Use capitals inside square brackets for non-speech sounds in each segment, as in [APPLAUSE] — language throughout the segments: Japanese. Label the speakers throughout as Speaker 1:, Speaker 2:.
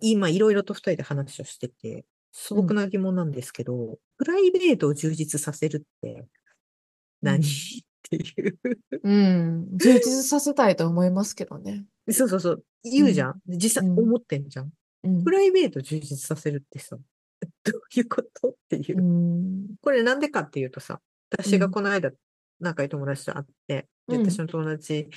Speaker 1: 今、いろいろと二人で話をしてて、素朴な疑問なんですけど、プライベートを充実させるって何、 [LAUGHS]
Speaker 2: うん
Speaker 1: っていう。
Speaker 2: うん。充実させたいと思いますけどね。
Speaker 1: そうそうそう。言うじゃん。実際
Speaker 2: うん
Speaker 1: 思ってんじゃん。
Speaker 2: うん
Speaker 1: プ。ライベートを充実させるってさ、 [LAUGHS] どういうことっていうう。
Speaker 2: ん。
Speaker 1: これなんでかっていうとさ、私
Speaker 2: う
Speaker 1: が
Speaker 2: ん
Speaker 1: この間、仲いい友達と会って、で
Speaker 2: うん
Speaker 1: 私の友達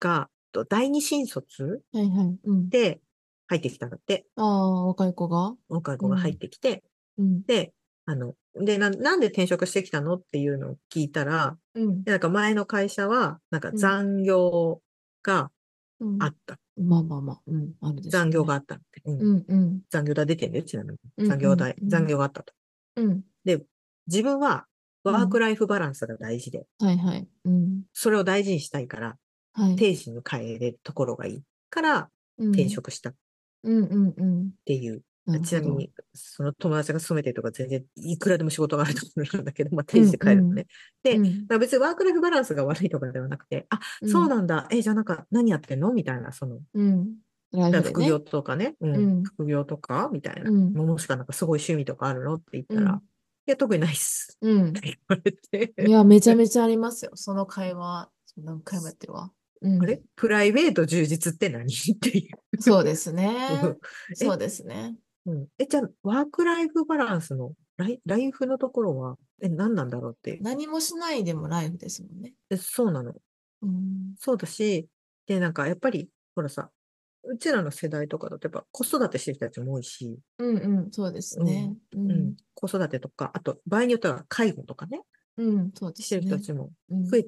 Speaker 1: が、と第二新卒
Speaker 2: はいはい。うん。
Speaker 1: で入ってきたんだって、
Speaker 2: ああ、若い子が。
Speaker 1: 若い子が入ってきて、
Speaker 2: うん。
Speaker 1: で、あの、でな、なんで転職してきたのっていうのを聞いたら、
Speaker 2: うん。
Speaker 1: でなんか前の会社は、なんか
Speaker 2: うん
Speaker 1: 残業が
Speaker 2: うん
Speaker 1: あった。
Speaker 2: まあまあまあ。うん。あるでしょう
Speaker 1: 残
Speaker 2: ね
Speaker 1: 業があったって。うん
Speaker 2: うんうん。
Speaker 1: 残業代出てんだよ、ちなみ
Speaker 2: うんう
Speaker 1: に。
Speaker 2: ん
Speaker 1: 残業代、
Speaker 2: うん
Speaker 1: 残業があったと。
Speaker 2: うん。
Speaker 1: 自分は、
Speaker 2: うん
Speaker 1: ワークライフバランスが大事で、
Speaker 2: はいはい。うん。
Speaker 1: それを大事にしたいから、
Speaker 2: はい。
Speaker 1: 定時に帰れるところがいいから、
Speaker 2: うん
Speaker 1: 転。職したっ
Speaker 2: うんうんうん。
Speaker 1: ていう。
Speaker 2: なる
Speaker 1: ちな
Speaker 2: ほ
Speaker 1: み
Speaker 2: ど。
Speaker 1: に、その友達が勤めてるとか全然、いくらでも仕事があると思うんだけど、まあ、定時で帰るのね。だか
Speaker 2: うんう
Speaker 1: で
Speaker 2: ん
Speaker 1: ら別にワークライフバランスが悪いとかではなくて、あ、そうなんだ、え、じゃあなんか何やってんのみたいな、その、
Speaker 2: うん。ライ
Speaker 1: だから
Speaker 2: フで
Speaker 1: 副
Speaker 2: ね。
Speaker 1: 業とかね、う
Speaker 2: うんん。
Speaker 1: 副業とかみたいな。
Speaker 2: うん。
Speaker 1: もしかなんかすごい趣味とかあるのって言った
Speaker 2: う
Speaker 1: ら、
Speaker 2: ん
Speaker 1: いや、特にないっす。
Speaker 2: うん
Speaker 1: っ。て言われて、
Speaker 2: いや、めちゃめちゃありますよ。その会話。何回もやってるわ。うん。
Speaker 1: あれプライベート充実って何っていう。
Speaker 2: そうですね。そう
Speaker 1: [LAUGHS] え
Speaker 2: ですね。
Speaker 1: うん、え、じゃあ、ワークライフバランスのライ、ライフのところは、え、何なんだろうっていう。
Speaker 2: 何もしないでもライフですもんね。
Speaker 1: えそうなの。
Speaker 2: うん。
Speaker 1: そうだし、で、なんかやっぱり、ほらさ、うちらの世代とかだと、やっぱ子育てしてる人たちも多いし、
Speaker 2: うんうん。そうですね。う
Speaker 1: うん
Speaker 2: ん。
Speaker 1: 子育てとか、あと、場合によっては介護とかね、
Speaker 2: うん。そうで
Speaker 1: して
Speaker 2: す
Speaker 1: る人
Speaker 2: ね
Speaker 1: た。ちも
Speaker 2: うん
Speaker 1: 増え、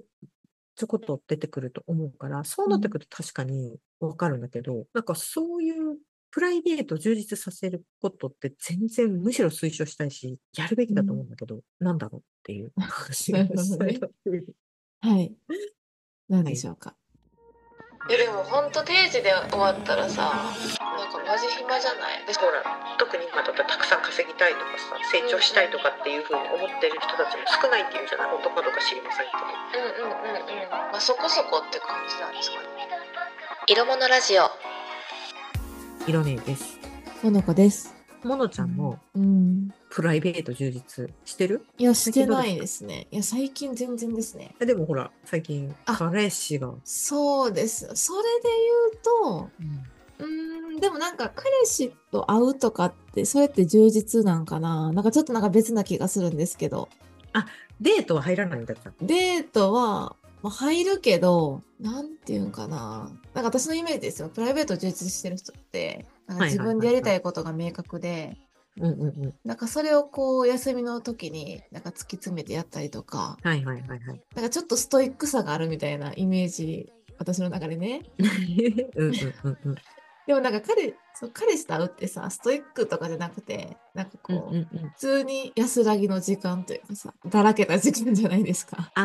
Speaker 1: ちょこっと出てくると思うから、そうなってくると確かにわかるんだけど、なんかそういうプライベートを充実させることって全然むしろ推奨したいし、やるべきだと思うんだけど、なんだろうっていう話が
Speaker 2: [LAUGHS] なるほどねはい。何でしょうか。え、でも本当定時で終わったらさ、なんかマジ暇じゃない
Speaker 1: ほら、特に今だったらたくさん稼ぎたいとかさ、成長したいとかっていうふうに思ってる人たちも少ないっていうじゃない本当かどうか知りませんけど。
Speaker 2: うんうんうんうん。まあそこそこって感じなんですかね。色物ラジオ。
Speaker 1: 色ねです。
Speaker 2: モノコです。
Speaker 1: ものちゃんも
Speaker 2: うん。
Speaker 1: プライベート充実してる
Speaker 2: いや、してないですね。いや、最近全然ですね。
Speaker 1: えでもほら、最近、
Speaker 2: あ
Speaker 1: 彼氏が。
Speaker 2: そうです。それで言うと、うーん、でもなんか彼氏と会うとかって、それって充実なんかななんかちょっとなんか別な気がするんですけど、
Speaker 1: デートは入らないんだった。
Speaker 2: デートは、まあ、入るけど、なんていうんかななんか私のイメージですよ。プライベート充実してる人って、なんか
Speaker 1: はいはい
Speaker 2: 自
Speaker 1: はいはい
Speaker 2: 分でやりたいことが明確で、
Speaker 1: うんうんうん。
Speaker 2: なんかそれをこう休みの時になんか突き詰めてやったりとか、
Speaker 1: はいはいはいはい。 [LAUGHS]
Speaker 2: なんかちょっとストイックさがあるみたいなイメージ、私の中でね。
Speaker 1: うんうんうんうん
Speaker 2: でもなんか彼、そう彼氏と会うってさ、ストイックとかじゃなくて、なんかこう、
Speaker 1: うんうん
Speaker 2: 普通に安らぎの時間というかさ、だらけた時間じゃないですか。
Speaker 1: ああ、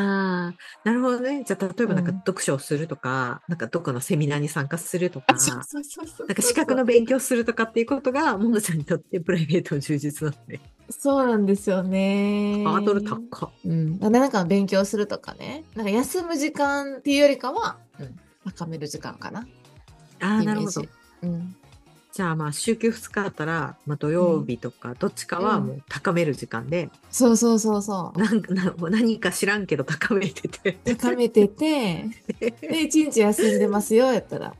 Speaker 1: なるほどね。じゃあ、例えばなんか
Speaker 2: うん
Speaker 1: 読書をするとか、なんかどっかのセミナーに参加するとか
Speaker 2: あ、、そうそうそうそう。
Speaker 1: なんか資格の勉強するとかっていうことが、ものちゃんにとってプライベートの充実なんで、
Speaker 2: そうなんですよね。
Speaker 1: ハードル高。
Speaker 2: うん。なんかなんか勉強するとかね。なんか休む時間っていうよりかは、うん、高める時間かな。
Speaker 1: ああ、
Speaker 2: イメ
Speaker 1: なる
Speaker 2: ー
Speaker 1: ほ
Speaker 2: ジ
Speaker 1: ど。。
Speaker 2: うん。
Speaker 1: じゃあ、まあ、週休2日あったら、まあ、土曜日とか、どっちかはもう高める時間で、
Speaker 2: そうそうそうそう。
Speaker 1: なんかな何か知らんけど高めてて。
Speaker 2: 高め
Speaker 1: [LAUGHS]
Speaker 2: てて、で、一日休んでますよ、やったら。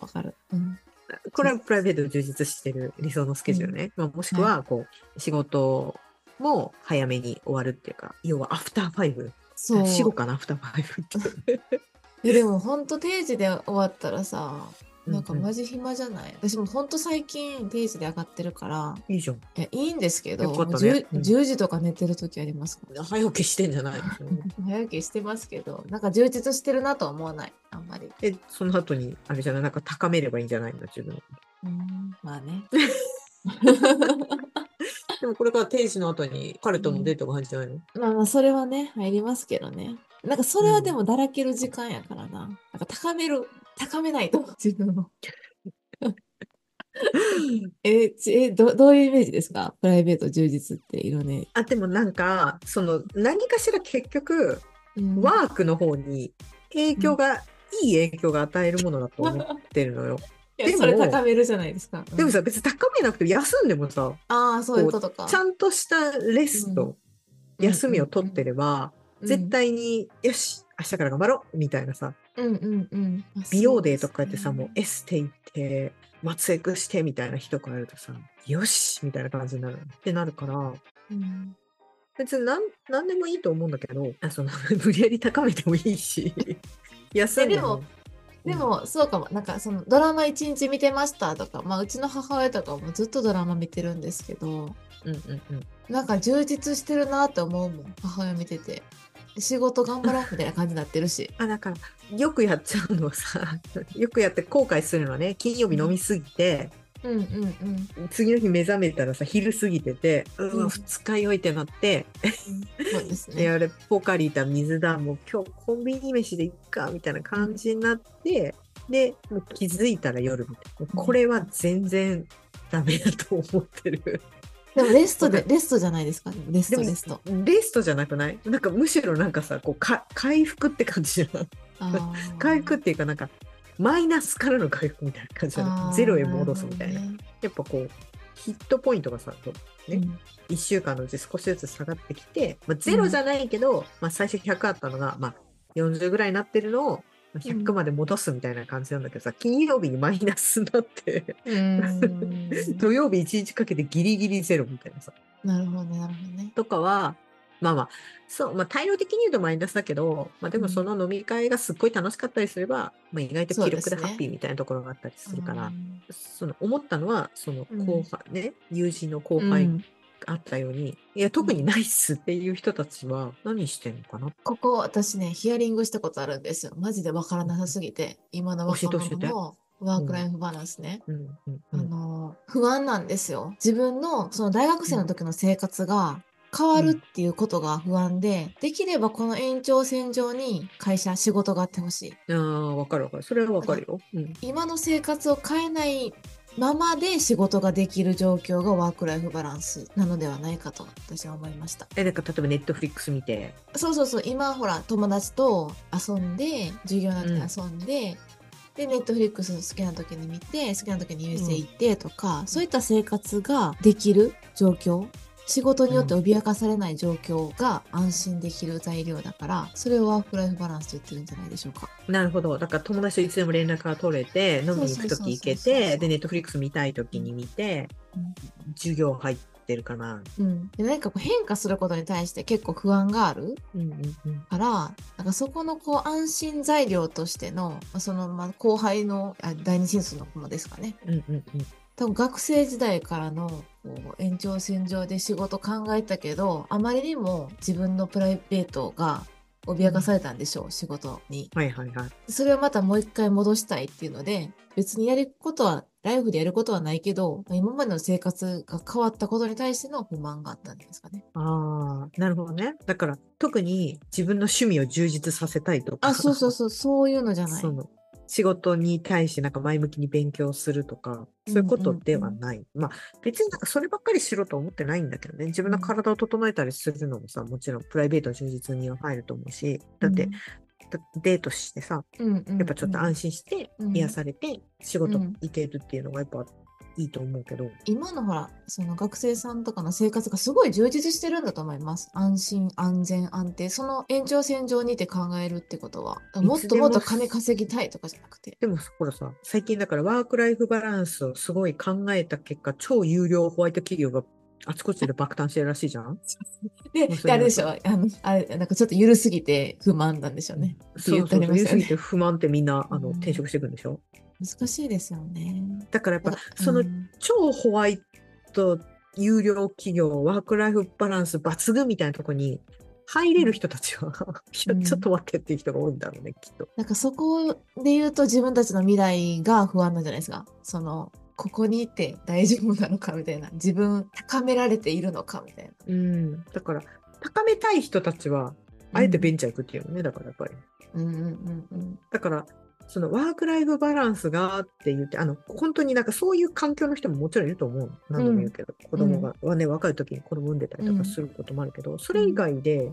Speaker 2: わかる。うん。
Speaker 1: これはプライベートで充実してる理想のスケジュールね。まあ、もしくは、こう、仕事も早めに終わるっていうか、要はアフターファイブ。
Speaker 2: そう。
Speaker 1: 死後かな、アフターファイブって。
Speaker 2: いやでもほんと定時で終わったらさなんか
Speaker 1: うんうん
Speaker 2: マジ暇じゃない、私もほんと最近定時で上がってるから
Speaker 1: いいじゃん。
Speaker 2: いやいいんですけど、
Speaker 1: よかったね
Speaker 2: もう 10,
Speaker 1: うん
Speaker 2: 10時とか寝てる時ありますから
Speaker 1: 早起きしてんじゃ [LAUGHS] ないの
Speaker 2: 早起きしてますけどなんか充実してるなとは思わないあんまり
Speaker 1: え、その後に、あれじゃない、なんか高めればいいんじゃないの、自分。
Speaker 2: うんまあね
Speaker 1: でもこれから定時の後に彼とのデートが入るんじゃないの、
Speaker 2: まあまあそれはね入りますけどねなんかそれはでもだらける時間やからななんか高める高めないと [LAUGHS] 自分をえちえどどういうイメージですかプライベート充実って色ね
Speaker 1: あ、でもなんか、その、何かしら結局、
Speaker 2: うん
Speaker 1: ワークの方に影響が、いい影響が与えるものだと思ってるのよ。
Speaker 2: いや
Speaker 1: でも
Speaker 2: それ高めるじゃないですか。
Speaker 1: でもさ、別に高めなくても休んでもさ、
Speaker 2: ああ、そういうことか。
Speaker 1: ちゃんとしたレス
Speaker 2: う
Speaker 1: と休みを取ってれば、
Speaker 2: うん
Speaker 1: 絶対に、よし、明日から頑張ろうみたいなさ、
Speaker 2: うんうんうん。あ
Speaker 1: 美容デーとかやってさ、
Speaker 2: そう
Speaker 1: もうエステ行って、松江区してみたいな日とかやるとさ、よしみたいな感じになる。ってなるから、
Speaker 2: うん
Speaker 1: 別になん何でもいいと思うんだけど、あその [LAUGHS] 無理やり高めてもいい
Speaker 2: [LAUGHS]
Speaker 1: し、休んでも。
Speaker 2: でもそうかもなんかそのドラマ一日見てましたとか、まあ、うちの母親とかもずっとドラマ見てるんですけど
Speaker 1: うんうんうん。
Speaker 2: なんか充実してるなって思うもん母親見てて仕事頑張ろうみたいな感じになってるし
Speaker 1: あ、だから、よくやっちゃうのはさ、よくやって後悔するのはね、金曜日飲みすぎて、
Speaker 2: うんうんうん
Speaker 1: 次の日目覚めたらさ、昼過ぎてて、う
Speaker 2: うん
Speaker 1: わ、二日酔いってなって、
Speaker 2: そうです
Speaker 1: で、
Speaker 2: ね
Speaker 1: あれ、ポカリだ、水だ、もう今日コンビニ飯でいっか、みたいな感じになって、で、もう気づいたら夜みたいな。これは全然ダメだと思ってる。
Speaker 2: でもレストでレストじゃないですかレスト
Speaker 1: でも
Speaker 2: レスト
Speaker 1: レストじゃなくないなんかむしろなんかさ、こうか、回復って感じじゃん。
Speaker 2: あー
Speaker 1: 回復っていうかなんか、マイナスからの回復みたいな感じじゃ
Speaker 2: あ
Speaker 1: な
Speaker 2: ー
Speaker 1: いゼロへ戻すみたいな。
Speaker 2: るほどね
Speaker 1: やっぱこう、ヒットポイントがさ、こね
Speaker 2: うん
Speaker 1: 1週間のうち少しずつ下がってきて、まあ、ゼロじゃないけど、まあ、最初100あったのが、まあ、40ぐらいになってるのを、まあ100まで戻すみたいな感じなんだけどさ、金曜日にマイナスになって、
Speaker 2: う
Speaker 1: [LAUGHS]
Speaker 2: ーん
Speaker 1: 土曜日1日かけてギリギリゼロみたいなさ、
Speaker 2: なるほどねなるほどね
Speaker 1: とかは、まあまあ、そう、まあ、大量的に言うとマイナスだけど、まあでもその飲み会がすっごい楽しかったりすれば、まあ、意外と気力でハッピーみたいなところがあったりするから、
Speaker 2: うん
Speaker 1: その思ったのは、その
Speaker 2: うん
Speaker 1: 後輩、ね、友人の後輩
Speaker 2: うん
Speaker 1: あったように、いや、特にないっすっていう人たちは何してんのかな
Speaker 2: ここ私ねヒアリングしたことあるんですよマジでわからなさすぎて今の若
Speaker 1: 教えて教えて
Speaker 2: 者のワークライフバランスね、
Speaker 1: うんうんう
Speaker 2: あ
Speaker 1: ん
Speaker 2: の不安なんですよ自分のその大学生の時の生活が変わるっていうことが不安で、できればこの延長線上に会社仕事があってほしい
Speaker 1: あーわかるわかる。それはわかるよ。うん。
Speaker 2: 今の生活を変えないままで仕事ができる状況がワークライフバランスなのではないかと私は思いました
Speaker 1: え、なんか例えばネットフリックス見て、
Speaker 2: そうそうそう今ほら友達と遊んで授業なんて
Speaker 1: うん
Speaker 2: 遊んで、でネットフリックス好きな時に見て好きな時に優勢行ってとか、そういった生活ができる状況仕事によって脅かされない状況が安心できる材料だからそれをワークライフバランスと言ってるんじゃないでしょうか。
Speaker 1: なるほど。だから友達といつでも連絡が取れて、飲みに行くとき行け
Speaker 2: そうそうそうそ
Speaker 1: て、
Speaker 2: う
Speaker 1: で、ネットフリックス見たいときに見て
Speaker 2: うん、
Speaker 1: 授業入ってるかな。
Speaker 2: うん、で何かこう変化することに対して結構不安がある
Speaker 1: うんうんうん。
Speaker 2: からなんかそこのこう安心材料としてのまあそのまあ後輩のあ第二新卒の子もですかね
Speaker 1: うんうんうん。
Speaker 2: 多分学生時代からのこう延長線上で仕事考えたけどあまりにも自分のプライベートが脅かされたんでしょう、仕事に
Speaker 1: はいはいはい。
Speaker 2: それをまたもう一回戻したいっていうので別にやることはライフでやることはないけど今までの生活が変わったことに対しての不満があったんですかね
Speaker 1: ああ、なるほどね。だから特に自分の趣味を充実させたいとか。
Speaker 2: あそうそうそうそういうのじゃない
Speaker 1: その仕事に対してなんか前向きに勉強するとか、そういうことではない。まあ別になんかそればっかりしろとは思ってないんだけどね、自分の体を整えたりするのもさ、もちろんプライベートの充実には入ると思うし、だって、だデートしてさ、
Speaker 2: うんうんうん
Speaker 1: やっぱちょっと安心して
Speaker 2: うん
Speaker 1: 癒されて仕事
Speaker 2: うん
Speaker 1: 行けるっていうのがやっぱいいと思うけど、
Speaker 2: 今のほらその学生さんとかの生活がすごい充実してるんだと思います安心安全安定その延長線上にて考えるってことはもっともっと金稼ぎたいとかじゃなくて
Speaker 1: でもほらさ、最近だからワークライフバランスをすごい考えた結果、超有料ホワイト企業があちこちで爆誕してるらしいじゃん
Speaker 2: で
Speaker 1: もうそれ
Speaker 2: であれでしょあのあれなんかちょっと緩すぎて不満なんでしょうね
Speaker 1: そうそ
Speaker 2: 言っ
Speaker 1: う
Speaker 2: てありましたよ
Speaker 1: そう
Speaker 2: ね
Speaker 1: いう人不満ってみんなあの
Speaker 2: うん
Speaker 1: 転職していくんでしょ、
Speaker 2: 難しいですよね
Speaker 1: だからやっ
Speaker 2: なん
Speaker 1: ぱ
Speaker 2: か
Speaker 1: その
Speaker 2: うん
Speaker 1: 超ホワイト有料企業ワークライフバランス抜群みたいなとこに入れる人たちはいや
Speaker 2: う
Speaker 1: [LAUGHS]
Speaker 2: ん
Speaker 1: ちょっと待ってっていう人が多いんだろうねきっと。
Speaker 2: なんかそこで言うと自分たちの未来が不安なんじゃないですかそのここにいて大丈夫なのかみたいな自分高められているのかみたいな
Speaker 1: うん、だから高めたい人たちはあえて
Speaker 2: うん
Speaker 1: ベンチャー行くっていうのね、だからやっぱり。
Speaker 2: うんうんうんうん
Speaker 1: だからそのワークライフバランスがって言ってあの本当になんかそういう環境の人ももちろんいると思う何度も言うけど、子供が、はね若い時に子供産んでたりとかすることもあるけど、それ以外で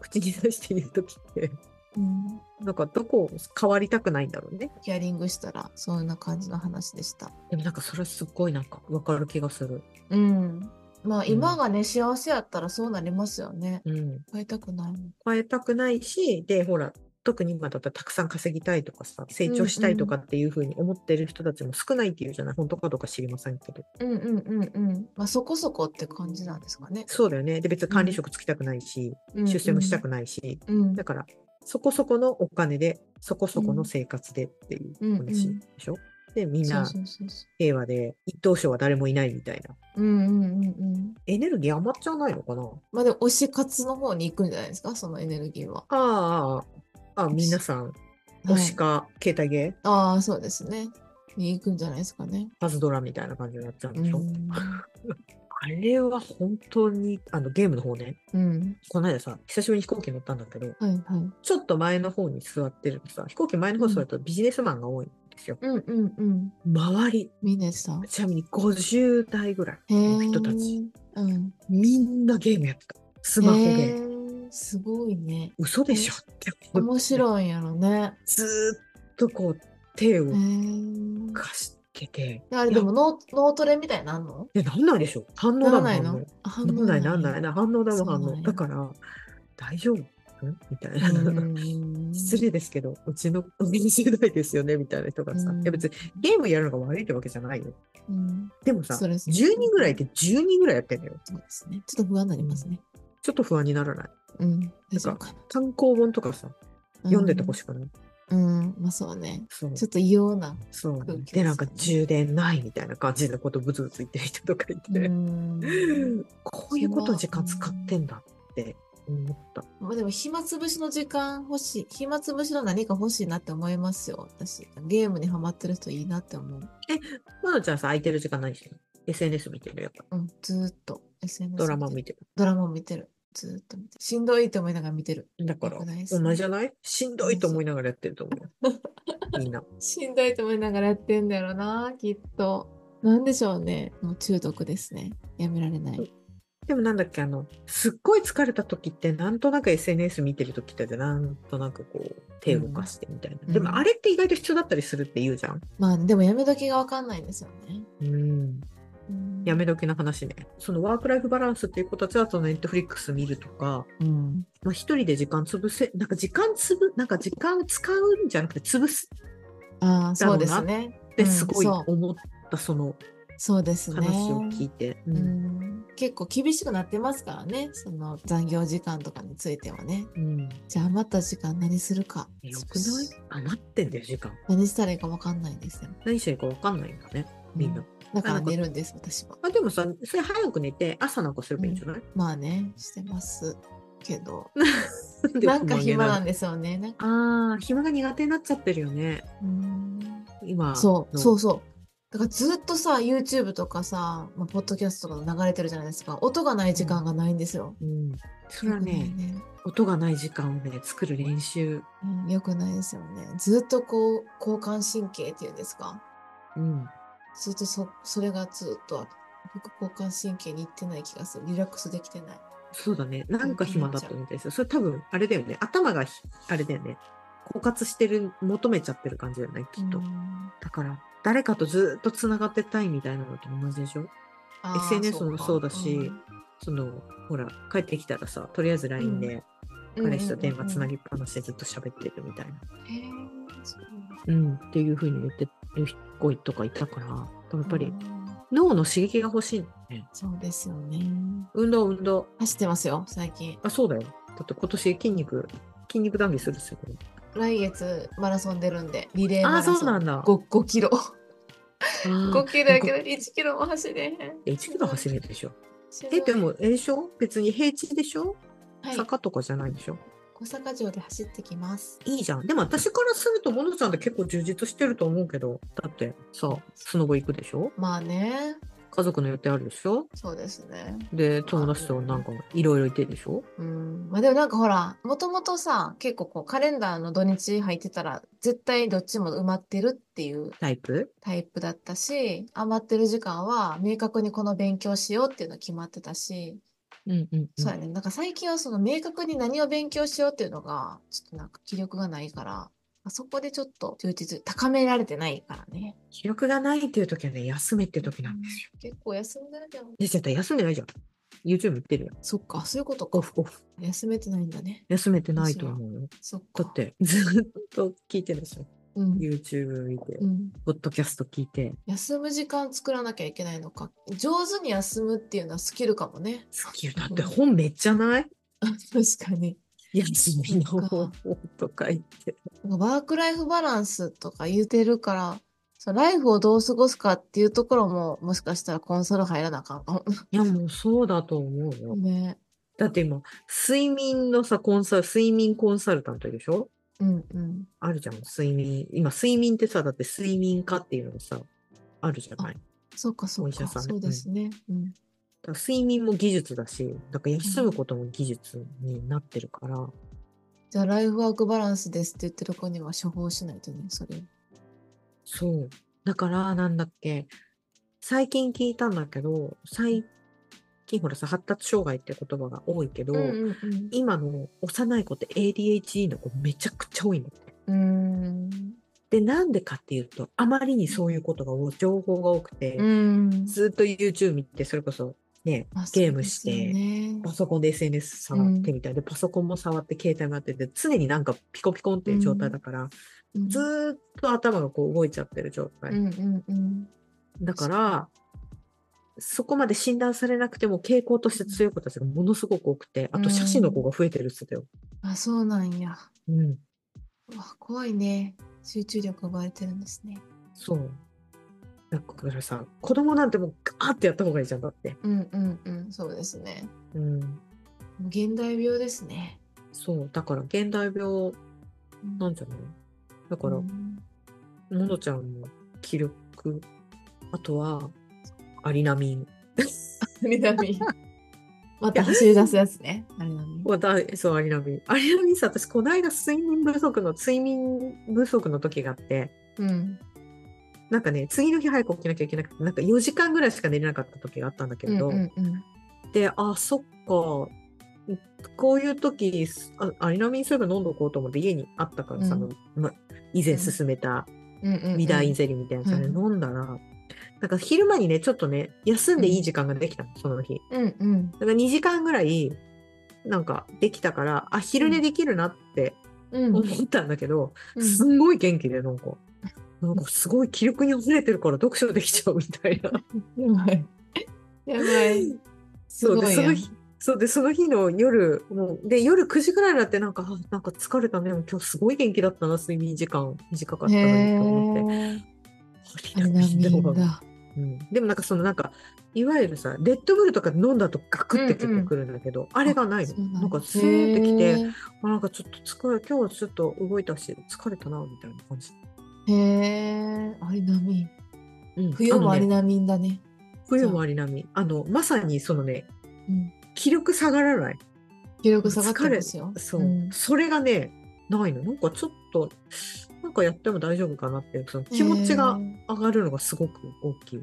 Speaker 1: 口に出して言う時って
Speaker 2: うん、
Speaker 1: なんかどこを変わりたくないんだろうね。
Speaker 2: ヒアリングしたらそんな感じの話でした。
Speaker 1: でもなんかそれすっごいなんかわかる気がする。
Speaker 2: うん、まあ今がね、幸せやったらそうなりますよね。
Speaker 1: うん。
Speaker 2: 変えたくないもん。
Speaker 1: 変えたくないし、で、ほら、特に今だったらたくさん稼ぎたいとかさ、成長したいとかっていうふうに思ってる人たちも少ないっていうじゃない、本当かどうか知りませんけど。
Speaker 2: うんうんうんうん。まあそこそこって感じなんですかね。
Speaker 1: そうだよね。で、別に管理職つきたくないし、出世もしたく
Speaker 2: ない。
Speaker 1: ないし、
Speaker 2: うん
Speaker 1: だから、そこそこのお金で、そこそこの生活でっていう話でしょ。で、みん
Speaker 2: そう
Speaker 1: な
Speaker 2: そうそうそ
Speaker 1: 平和で、一等賞は誰もいないみたいな。
Speaker 2: う。うんうんうんうん。
Speaker 1: エネルギー余っちゃわないのかな
Speaker 2: まあでも推し活の方に行くんじゃないですか、そのエネルギーは。
Speaker 1: ああ、ああ、皆さん、推し
Speaker 2: はい
Speaker 1: か、携帯ゲー、
Speaker 2: ああ、そうですね。に行くんじゃないですかね。
Speaker 1: パズドラみたいな感じになっちゃうん
Speaker 2: う
Speaker 1: でしょ、
Speaker 2: ん。
Speaker 1: あれは本当に、あの、ゲームの方ね、
Speaker 2: うん。
Speaker 1: この間さ、久しぶりに飛行機乗ったんだけど、
Speaker 2: はいはい。
Speaker 1: ちょっと前の方に座ってるとさ、飛行機前の方に座るとビジネスマンが多いんですよ。
Speaker 2: うんうんうん。
Speaker 1: 周り、
Speaker 2: ミネさん。へ
Speaker 1: ちなみに50代ぐらいの
Speaker 2: え。
Speaker 1: 人たち、。
Speaker 2: うん。
Speaker 1: みんなゲームやってた。スマホゲ
Speaker 2: へ
Speaker 1: ーム。
Speaker 2: ーすごいね。
Speaker 1: 嘘でしょって思って
Speaker 2: 面白いんやろね。
Speaker 1: ずーっとこう、手を
Speaker 2: へー
Speaker 1: 貸してて、
Speaker 2: あれでも脳脳トレみたいになんの
Speaker 1: え、なんないでしょ反応だ
Speaker 2: な
Speaker 1: も
Speaker 2: ら
Speaker 1: ん
Speaker 2: ない
Speaker 1: 反応なん
Speaker 2: の反
Speaker 1: ないなんない
Speaker 2: な
Speaker 1: な反応だもん反
Speaker 2: そうなん
Speaker 1: 応
Speaker 2: や
Speaker 1: だから大丈夫んみたい
Speaker 2: い
Speaker 1: な、
Speaker 2: うん
Speaker 1: [LAUGHS] 失礼ですけどうちの20代ですよねみたいな人がさ、
Speaker 2: うん
Speaker 1: いや別にゲームやるのが悪いってわけじゃないよ
Speaker 2: うん
Speaker 1: でもさ
Speaker 2: そ
Speaker 1: 10
Speaker 2: れそれ
Speaker 1: 人ぐらいで10人ぐらいやってんだよ
Speaker 2: そうですね。ちょっと不安になりますね。
Speaker 1: ちょっと不安にならない
Speaker 2: うん。大丈夫かな。
Speaker 1: 単行本とかさ読んでてほしくない、
Speaker 2: うん、うんまあそうね。
Speaker 1: そう
Speaker 2: ちょっと異様な。
Speaker 1: そう
Speaker 2: 空気
Speaker 1: でなんか
Speaker 2: ですよ
Speaker 1: 充電ないみたいな感じのことブツブツ言ってる人とかいて、
Speaker 2: うん
Speaker 1: [LAUGHS] こういうことに時間使ってんだって思った
Speaker 2: まあでも暇つぶしの時間欲しい。暇つぶしの何か欲しいなって思いますよ。私。ゲームにハマってる人いいなって思う。
Speaker 1: まなちゃんさ空いてる時間ないし SNS 見てるやっぱ
Speaker 2: うん。ずーっと SNS
Speaker 1: ドラマ見てる
Speaker 2: ドラマ見てる。ずーっと見てる。しんどいって思いながら見てる。
Speaker 1: だから、
Speaker 2: 良くないですね
Speaker 1: 同じじゃないしんどいと思いながらやってると思う。みんな。
Speaker 2: しんどいと思いながらやってんだろうな、きっと。なんでしょうね。もう中毒ですね。やめられない。
Speaker 1: でもなんだっけ、あの、すっごい疲れた時って、なんとなく SNS 見てる時って、なんとなくこう、手を動かしてみたいな。
Speaker 2: うん
Speaker 1: でもあれって意外と必要だったりするって言うじゃん。
Speaker 2: まあ、でもやめ時がわかんないんですよね。
Speaker 1: うん。
Speaker 2: うん
Speaker 1: やめ時の話ね。そのワークライフバランスっていう子たちは、そのネットフリックス見るとか、
Speaker 2: うん。
Speaker 1: まあ一人で時間潰せ、なんか時間つぶ、なんか時間を使うんじゃなくて潰す
Speaker 2: ああ、そうですね。
Speaker 1: ってすごい
Speaker 2: うんそう
Speaker 1: 思った、その
Speaker 2: そうですね。
Speaker 1: 話を聞いて。う
Speaker 2: うんん、結構厳しくなってますからね。その残業時間とかについてはね。
Speaker 1: うん
Speaker 2: じゃあ余った時間何するか。
Speaker 1: よくない余ってんだよ、時間。
Speaker 2: 何したらいいかわかんないんですよ。
Speaker 1: 何していいか分かんないんだね、みんな。
Speaker 2: うだから
Speaker 1: なんか
Speaker 2: 寝るんです、私は。
Speaker 1: あでもさ、それ早く寝て、朝なんかすればいいんじゃない、
Speaker 2: まあね、してますけど。
Speaker 1: [LAUGHS] で
Speaker 2: なんか暇なん
Speaker 1: で。
Speaker 2: ですよね。なんか
Speaker 1: ああ、暇が苦手になっちゃってるよね。
Speaker 2: うん
Speaker 1: 今。。
Speaker 2: そうそううそう。だからずっとさ YouTube とかさ、まあ、ポッドキャストとか流れてるじゃないですか音がない時間がないんですよ。
Speaker 1: うん。それは
Speaker 2: よくない
Speaker 1: ね、音がない時間をね、作る練習。
Speaker 2: うん、よくないですよね。ずっとこう交感神経っていうんですか
Speaker 1: うん。
Speaker 2: ずっとそそれがずっと副交感神経に行ってない気がするリラックスできてない。
Speaker 1: そうだね。なんか暇だったみたいですよ。それ多分、あれだよね。頭がひ、あれだよね。枯渇してる、求めちゃってる感じだよね、きっと。
Speaker 2: うん
Speaker 1: だから、誰かとずっとつながってたいみたいなのと同じでしょ
Speaker 2: あー
Speaker 1: SNS もそうだし
Speaker 2: そうか
Speaker 1: そのほら帰ってきたらさとりあえず LINE で
Speaker 2: うん
Speaker 1: 彼氏と電話つな
Speaker 2: うん
Speaker 1: ぎっぱなしでずっと喋ってるみたいな、
Speaker 2: うんうんへーそうなんだ
Speaker 1: うんっていう風に言ってる子とかいたからやっぱ
Speaker 2: う
Speaker 1: り
Speaker 2: ん
Speaker 1: 脳の刺激が欲しい、ね、
Speaker 2: そうですよね。
Speaker 1: 運動運動
Speaker 2: 走ってますよ最近。
Speaker 1: あそうだよだって今年筋肉筋肉談義するっすよこれ
Speaker 2: 来月マラソン出るんでリレーマ
Speaker 1: あ
Speaker 2: ラソン
Speaker 1: ーそうなんだ
Speaker 2: 5, 5キロ
Speaker 1: 5
Speaker 2: 5キロやけど1キロも走れへん
Speaker 1: 1キロ走れるでしょ
Speaker 2: しんどい
Speaker 1: えでもえでしょ別に平地でしょ、
Speaker 2: はい
Speaker 1: 坂とかじゃないでしょ
Speaker 2: 小坂城で走ってきます
Speaker 1: いいじゃんでも私からするとボノちゃんって結構充実してると思うけどだってさスノボ行くでしょ
Speaker 2: まあね
Speaker 1: 家族の予定あるでしょ
Speaker 2: そうですね
Speaker 1: で友達となんかいろいろいてるでしょ
Speaker 2: うんまあでもなんかほらもともとさ結構こうカレンダーの土日入ってたら絶対どっちも埋まってるっていう
Speaker 1: タイプ
Speaker 2: タイプだったし余ってる時間は明確にこの勉強しようっていうの決まってたし
Speaker 1: うんうんうん
Speaker 2: そうやね。なんか最近はその明確に何を勉強しようっていうのが、ちょっとなんか気力がないから、あそこでちょっと充実、高められてないからね。
Speaker 1: 気力がないっていう時はね、休めって時なんですよ。
Speaker 2: 結構休んでるじゃん。
Speaker 1: で、絶対休んでないじゃん。YouTube 見てるよ。
Speaker 2: そっか、そういうこと
Speaker 1: オ
Speaker 2: か。
Speaker 1: フオフ。
Speaker 2: 休めてないんだね。
Speaker 1: 休めてないと思うよ。
Speaker 2: そっか。
Speaker 1: だっ。て、 [LAUGHS] ずっと聞いてるでしょ。
Speaker 2: うん。
Speaker 1: YouTube 見て
Speaker 2: う、ん、
Speaker 1: ポッドキャスト聞いて、
Speaker 2: 休む時間作らなきゃいけないのか上手に休むっていうのはスキルかもね [LAUGHS]
Speaker 1: 好きよ。だって本めっちゃない
Speaker 2: 確かに
Speaker 1: 休みの方法とか言って。
Speaker 2: なんかワークライフバランスとか言うてるから、そのライフをどう過ごすかっていうところも、もしかしたらコンソール入らなあかんか
Speaker 1: いや、もうそうだと思うよ
Speaker 2: も。。 [LAUGHS] ね。
Speaker 1: だって今、睡眠のさ、コンサル、睡眠コンサルタントいるでしょ
Speaker 2: うんうん。
Speaker 1: あるじゃん、睡眠。今、睡眠ってさ、だって睡眠科っていうのがさ、あるじゃない。
Speaker 2: そうかそ
Speaker 1: お
Speaker 2: う
Speaker 1: 医者さ
Speaker 2: か。
Speaker 1: んね
Speaker 2: そうですね。うん。
Speaker 1: だから睡眠も技術だし、だから休むことも技術になってるから、
Speaker 2: じゃあ、ライフワークバランスですって言ってる子には処方しないとね、それを。
Speaker 1: そう。だから、なんだっけ、最近聞いたんだけど、最近ほらさ、発達障害って言葉が多いけど、
Speaker 2: うんうん
Speaker 1: 今の幼い子って ADHD の子めちゃくちゃ多いの。
Speaker 2: うん。
Speaker 1: で、なんでかっていうと、あまりにそういうことが多い、情報が多くて、
Speaker 2: うーん。うん。
Speaker 1: ずっと YouTube 見て、それこそね、
Speaker 2: まあ
Speaker 1: ゲームして
Speaker 2: そうですよね
Speaker 1: パソコンで SNS 触ってみたいで、パソコンも触って、携帯もやってて、常になんかピコピコンっていう状態だから、
Speaker 2: うん
Speaker 1: ずーっと頭がこう動いちゃってる状態。
Speaker 2: うんうんうん。
Speaker 1: だから、そこまで診断されなくても傾向として強い子たちがものすごく多くて、あと写真の子が増えてるっつってたよ。
Speaker 2: あ、そうなんや。
Speaker 1: うん。
Speaker 2: うわ、怖いね。集中力奪われてるんですね。
Speaker 1: そう。だからさ、子供なんてもうガーってやった方がいいじゃんだって。
Speaker 2: うんうんうん。そうですね。
Speaker 1: うん。
Speaker 2: もう現代病ですね。
Speaker 1: そう。だから現代病なんじゃないだから、
Speaker 2: う
Speaker 1: も
Speaker 2: ん
Speaker 1: のちゃんの気力、あとは、アリナミン。
Speaker 2: 南。 [LAUGHS] また走り出すやつね。あれなんだ
Speaker 1: わたそう、アリナミン。アリナミンさ、私、この間睡眠不足の、睡眠不足の時があって、
Speaker 2: うん。
Speaker 1: なんかね、次の日早く起きなきゃいけなくて、なんか4時間ぐらいしか寝れなかった時があったんだけ
Speaker 2: うん
Speaker 1: れど、
Speaker 2: うんうん。
Speaker 1: で、あ、そっか、こういう時、あアリナミンそういえば飲んどこうと思って家にあったからさ、
Speaker 2: うん
Speaker 1: ま、以前勧めた
Speaker 2: うんうんうん
Speaker 1: ミダインゼリーみたいなやつね、
Speaker 2: うん
Speaker 1: 飲んだら、なんか昼間にね、ちょっとね、休んでいい時間ができたの、その日。
Speaker 2: うんうん
Speaker 1: だから2時間ぐらい、なんかできたから、あ、昼寝できるなって
Speaker 2: うん
Speaker 1: 思ったんだけど、
Speaker 2: うん
Speaker 1: すんごい元気で、なんか、なんかすごい気力に溢れてるから読書できちゃうみたいな。
Speaker 2: やばい。やばい。す
Speaker 1: そう
Speaker 2: ご
Speaker 1: で、
Speaker 2: い
Speaker 1: そ
Speaker 2: や
Speaker 1: の
Speaker 2: ん。
Speaker 1: 日、そうで、その日の夜、もう、で、夜9時ぐらいになって、なんか、あなんか疲れたね、もう今日すごい元気だったな、睡眠時間短かったのにと思って。
Speaker 2: へえ。
Speaker 1: あ
Speaker 2: あれ
Speaker 1: れだ
Speaker 2: なん
Speaker 1: みんな
Speaker 2: だ。
Speaker 1: うん、でもなんかそのなんか、いわゆるさ、レッドブルとか飲んだとガクって結構くるんだけど、あれがないの。
Speaker 2: そう
Speaker 1: な
Speaker 2: だ
Speaker 1: んかスーってきて、
Speaker 2: へ
Speaker 1: あなんかちょっと疲れ、今日はちょっと動いたし、疲れたな、みたいな感じ。
Speaker 2: え。へえ。アリナミン。
Speaker 1: うん
Speaker 2: 冬も
Speaker 1: あ
Speaker 2: ア
Speaker 1: の
Speaker 2: リ
Speaker 1: ね
Speaker 2: ナミンだね。
Speaker 1: 冬もありなみ。あの、まさにそのね、
Speaker 2: うん
Speaker 1: 気力下がらない。
Speaker 2: 気力下がってますよ。
Speaker 1: そう、
Speaker 2: ん
Speaker 1: それがね、ないの。なんかちょっと、なんかやっても大丈夫かなっていう、その気持ちが
Speaker 2: へえ
Speaker 1: 上がるのがすごく大きいっ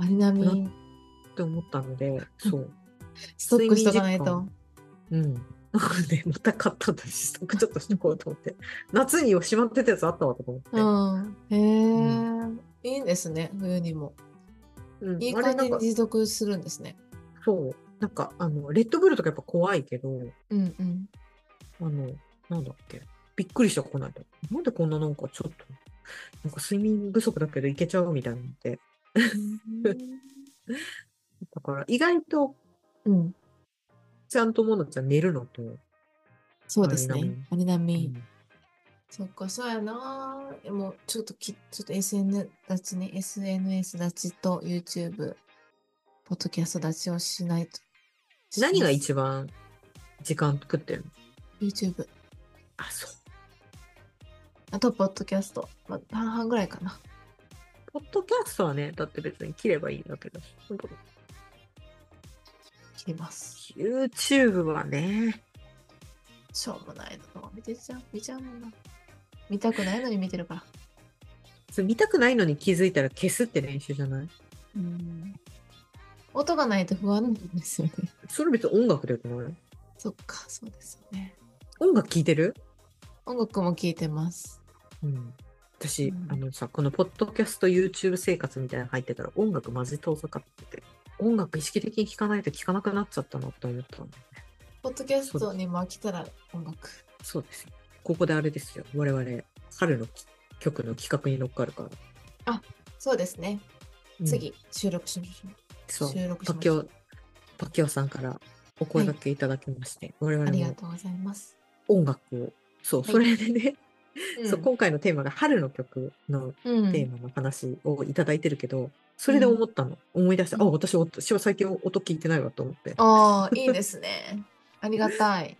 Speaker 2: アリナミン
Speaker 1: て思ったので、そう。
Speaker 2: ストックしとかないと。
Speaker 1: うん。なんかね、また買ったんだし、ストックちょっとしとこうと思って。夏にしまってたやつあったわとか思って。
Speaker 2: うん。へえ。いいんですね、冬にも。
Speaker 1: うん
Speaker 2: いい
Speaker 1: あれ
Speaker 2: 感
Speaker 1: な
Speaker 2: じ
Speaker 1: ん
Speaker 2: に
Speaker 1: か、
Speaker 2: 持続するんですね。
Speaker 1: そう。なんか、あの、レッドブルとかやっぱ怖いけど、
Speaker 2: うん
Speaker 1: [LAUGHS]
Speaker 2: うん。
Speaker 1: あの、なんだっけ。びっくりした、この間。なんでこんななんかちょっと、なんか睡眠不足だけどいけちゃうみたいなのって。だから意外と
Speaker 2: うん、
Speaker 1: ちゃんとものちゃん寝るのと、
Speaker 2: そうですね。アリナ
Speaker 1: う
Speaker 2: ミン。
Speaker 1: ん
Speaker 2: そっか、そうやなぁ。でも、ちょっとき、ちょっと SNS 立ちね、SNS 立ちと YouTube、ポッドキャスト立ちをしないと。
Speaker 1: 何が
Speaker 2: 一
Speaker 1: 一番時間食ってるの
Speaker 2: ?YouTube。
Speaker 1: あ、そう。
Speaker 2: あと、ポッドキャスト。まあ、半々ぐらいかな。
Speaker 1: ポッドキャストはね、だって別に切ればいいだけだし。
Speaker 2: 切ります。
Speaker 1: YouTube はね、
Speaker 2: しょうもないの。見てちゃう、見ちゃうもんな。見たくないのに見てるから。
Speaker 1: そう見たくないのに気づいたら消すって練習じゃない
Speaker 2: うん。音がないと不安なんですよね。
Speaker 1: それ別に音楽でよくない
Speaker 2: そっか、そうですよね。
Speaker 1: 音楽聴いてる
Speaker 2: 音楽も聴いてます。
Speaker 1: うん。私、
Speaker 2: うん
Speaker 1: あのさ、このポッドキャスト YouTube 生活みたいなの入ってたら音楽マジ遠ざかってて、音楽意識的に聴かないと聴かなくなっちゃったなって思ったんだよね。
Speaker 2: ポッドキャストにも飽きたら音楽。
Speaker 1: そうですよ。ここであれですよ。我々、春のき曲の企画に乗っかるから。
Speaker 2: そうですね。
Speaker 1: うん
Speaker 2: 次、収録しましょ。
Speaker 1: そうう。
Speaker 2: 収録し
Speaker 1: パ
Speaker 2: ま
Speaker 1: キ
Speaker 2: しょ
Speaker 1: オ
Speaker 2: う。、
Speaker 1: パキオさんからお声掛けいただきまして、我
Speaker 2: あ
Speaker 1: 々
Speaker 2: りが
Speaker 1: も
Speaker 2: とうございます。
Speaker 1: 音楽を、そう、
Speaker 2: はい
Speaker 1: それでね、
Speaker 2: うん
Speaker 1: そう今回のテーマが春の曲の
Speaker 2: うん
Speaker 1: テーマの話をいただいてるけど、それで思ったの。思い出して、
Speaker 2: うん
Speaker 1: あ、私、私は最近音聞いてないわと思って。
Speaker 2: ああ、いいで
Speaker 1: [LAUGHS]
Speaker 2: すね。ありがたい。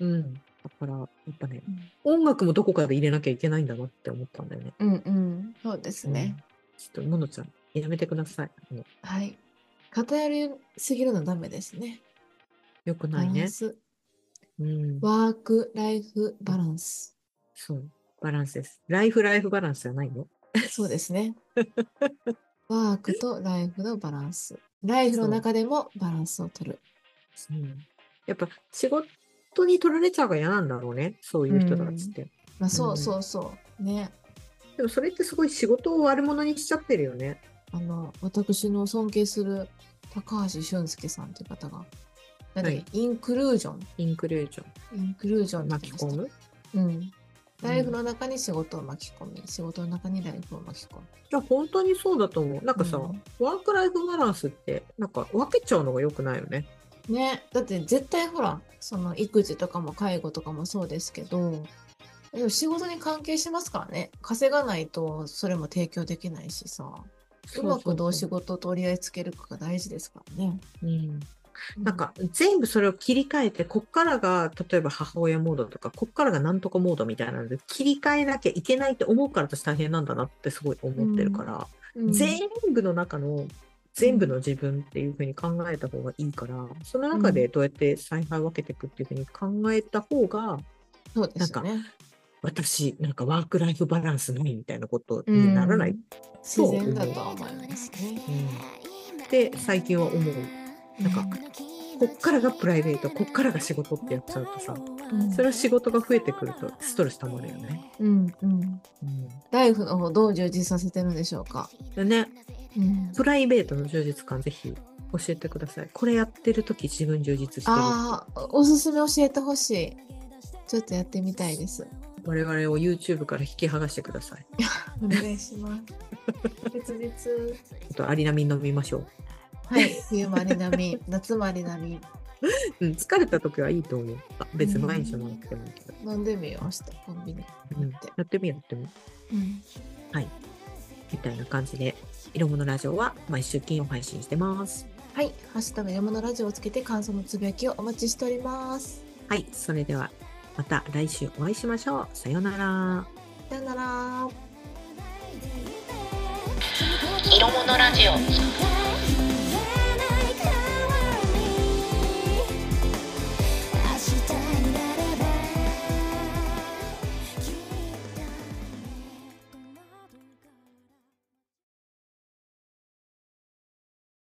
Speaker 1: うん。だから、やっぱね、音楽もどこかで入れなきゃいけないんだなって思ったんだよね。
Speaker 2: うんうん、そうですね。
Speaker 1: うん。ちょっと、ののちゃん、やめてください。もう
Speaker 2: はい。偏りすぎるのダメですね。
Speaker 1: よく
Speaker 2: バ
Speaker 1: な
Speaker 2: ラ
Speaker 1: いね
Speaker 2: ン。ス。
Speaker 1: うん。
Speaker 2: ワーク、ライフ、バランス。
Speaker 1: そう。バランスです。ライフライフバランスじゃないの
Speaker 2: そうです
Speaker 1: [LAUGHS]
Speaker 2: ね。ワークとライフのバランス。ライフの中でもバランスを取る。
Speaker 1: うんやっぱ仕事に取られちゃうが嫌なんだろうね。そういう人たちって。
Speaker 2: まあ、そううんそうそう。ね。
Speaker 1: でもそれってすごい仕事を悪者にしちゃってるよね。
Speaker 2: あの、私の尊敬する高橋俊介さんという方が、なん
Speaker 1: は
Speaker 2: だっけ
Speaker 1: い
Speaker 2: インクルージョン。
Speaker 1: インクルージョ
Speaker 2: インクルージョンって
Speaker 1: 巻き
Speaker 2: 言いました
Speaker 1: 込む。
Speaker 2: うん。ライフの中に仕事を巻き込み、仕事の中にライフを巻き込む。
Speaker 1: いや、本当にそうだと思う。なんかさ、
Speaker 2: うん
Speaker 1: ワークライフバランスって、なんか分けちゃうのが良くないよね。
Speaker 2: ね、だって絶対ほら、その育児とかも介護とかもそうですけど、でも仕事に関係しますからね。稼がないとそれも提供できないしさ、うまくどう仕
Speaker 1: 事。
Speaker 2: 事を取り合いつけるかが大事ですからね。
Speaker 1: うんなんか全部それを切り替えて、こっからが例えば母親モードとか、こっからがなんとかモードみたいなので、切り替えなきゃいけないって思うから私大変なんだなってすごい思ってるから。
Speaker 2: うん、
Speaker 1: 全部の中の全部の自分っていうふうに考えた方がいいから、その中でどうやって采配分けていくっていうふうに考えた方が、
Speaker 2: そうですよね。
Speaker 1: 私、なんかワークライフバランスないみたいなことにならない。
Speaker 2: うん自
Speaker 1: そう
Speaker 2: 然だとは思いますね。
Speaker 1: で、最近は思う。なんか、こっからがプライベート、こっからが仕事ってやっちゃうとさ、
Speaker 2: うん
Speaker 1: それは仕事が増えてくるとストレス溜まるよね。
Speaker 2: うんうん。ライフの方どう充実させてるんでしょうか。
Speaker 1: でね、
Speaker 2: うん、
Speaker 1: プライベートの充実感ぜひ教えてください。これやってる時自分充実してる。
Speaker 2: ああ、おすすめ教えてほしい。ちょっとやってみたいです。
Speaker 1: 我々を YouTube から引き剥がしてください。
Speaker 2: お願いします。切実。
Speaker 1: あと、アリナミン飲みましょう。
Speaker 2: はい、冬もありなみ、夏もありなみ、
Speaker 1: うん、疲れた時はいいと思う。あ別に毎日もなくてもいいけど。
Speaker 2: 飲んでみよう、明日コンビニ。
Speaker 1: うん、やってみようやってみようみたいな感じで、色物ラジオは毎週金曜配信してます。
Speaker 2: はい、ハッシュタグ山のラジオをつけて感想のつぶやきをお待ちしております。
Speaker 1: はい、それではまた来週お会いしましょう。さようなら。
Speaker 2: さよなら。
Speaker 3: 色物ラジオ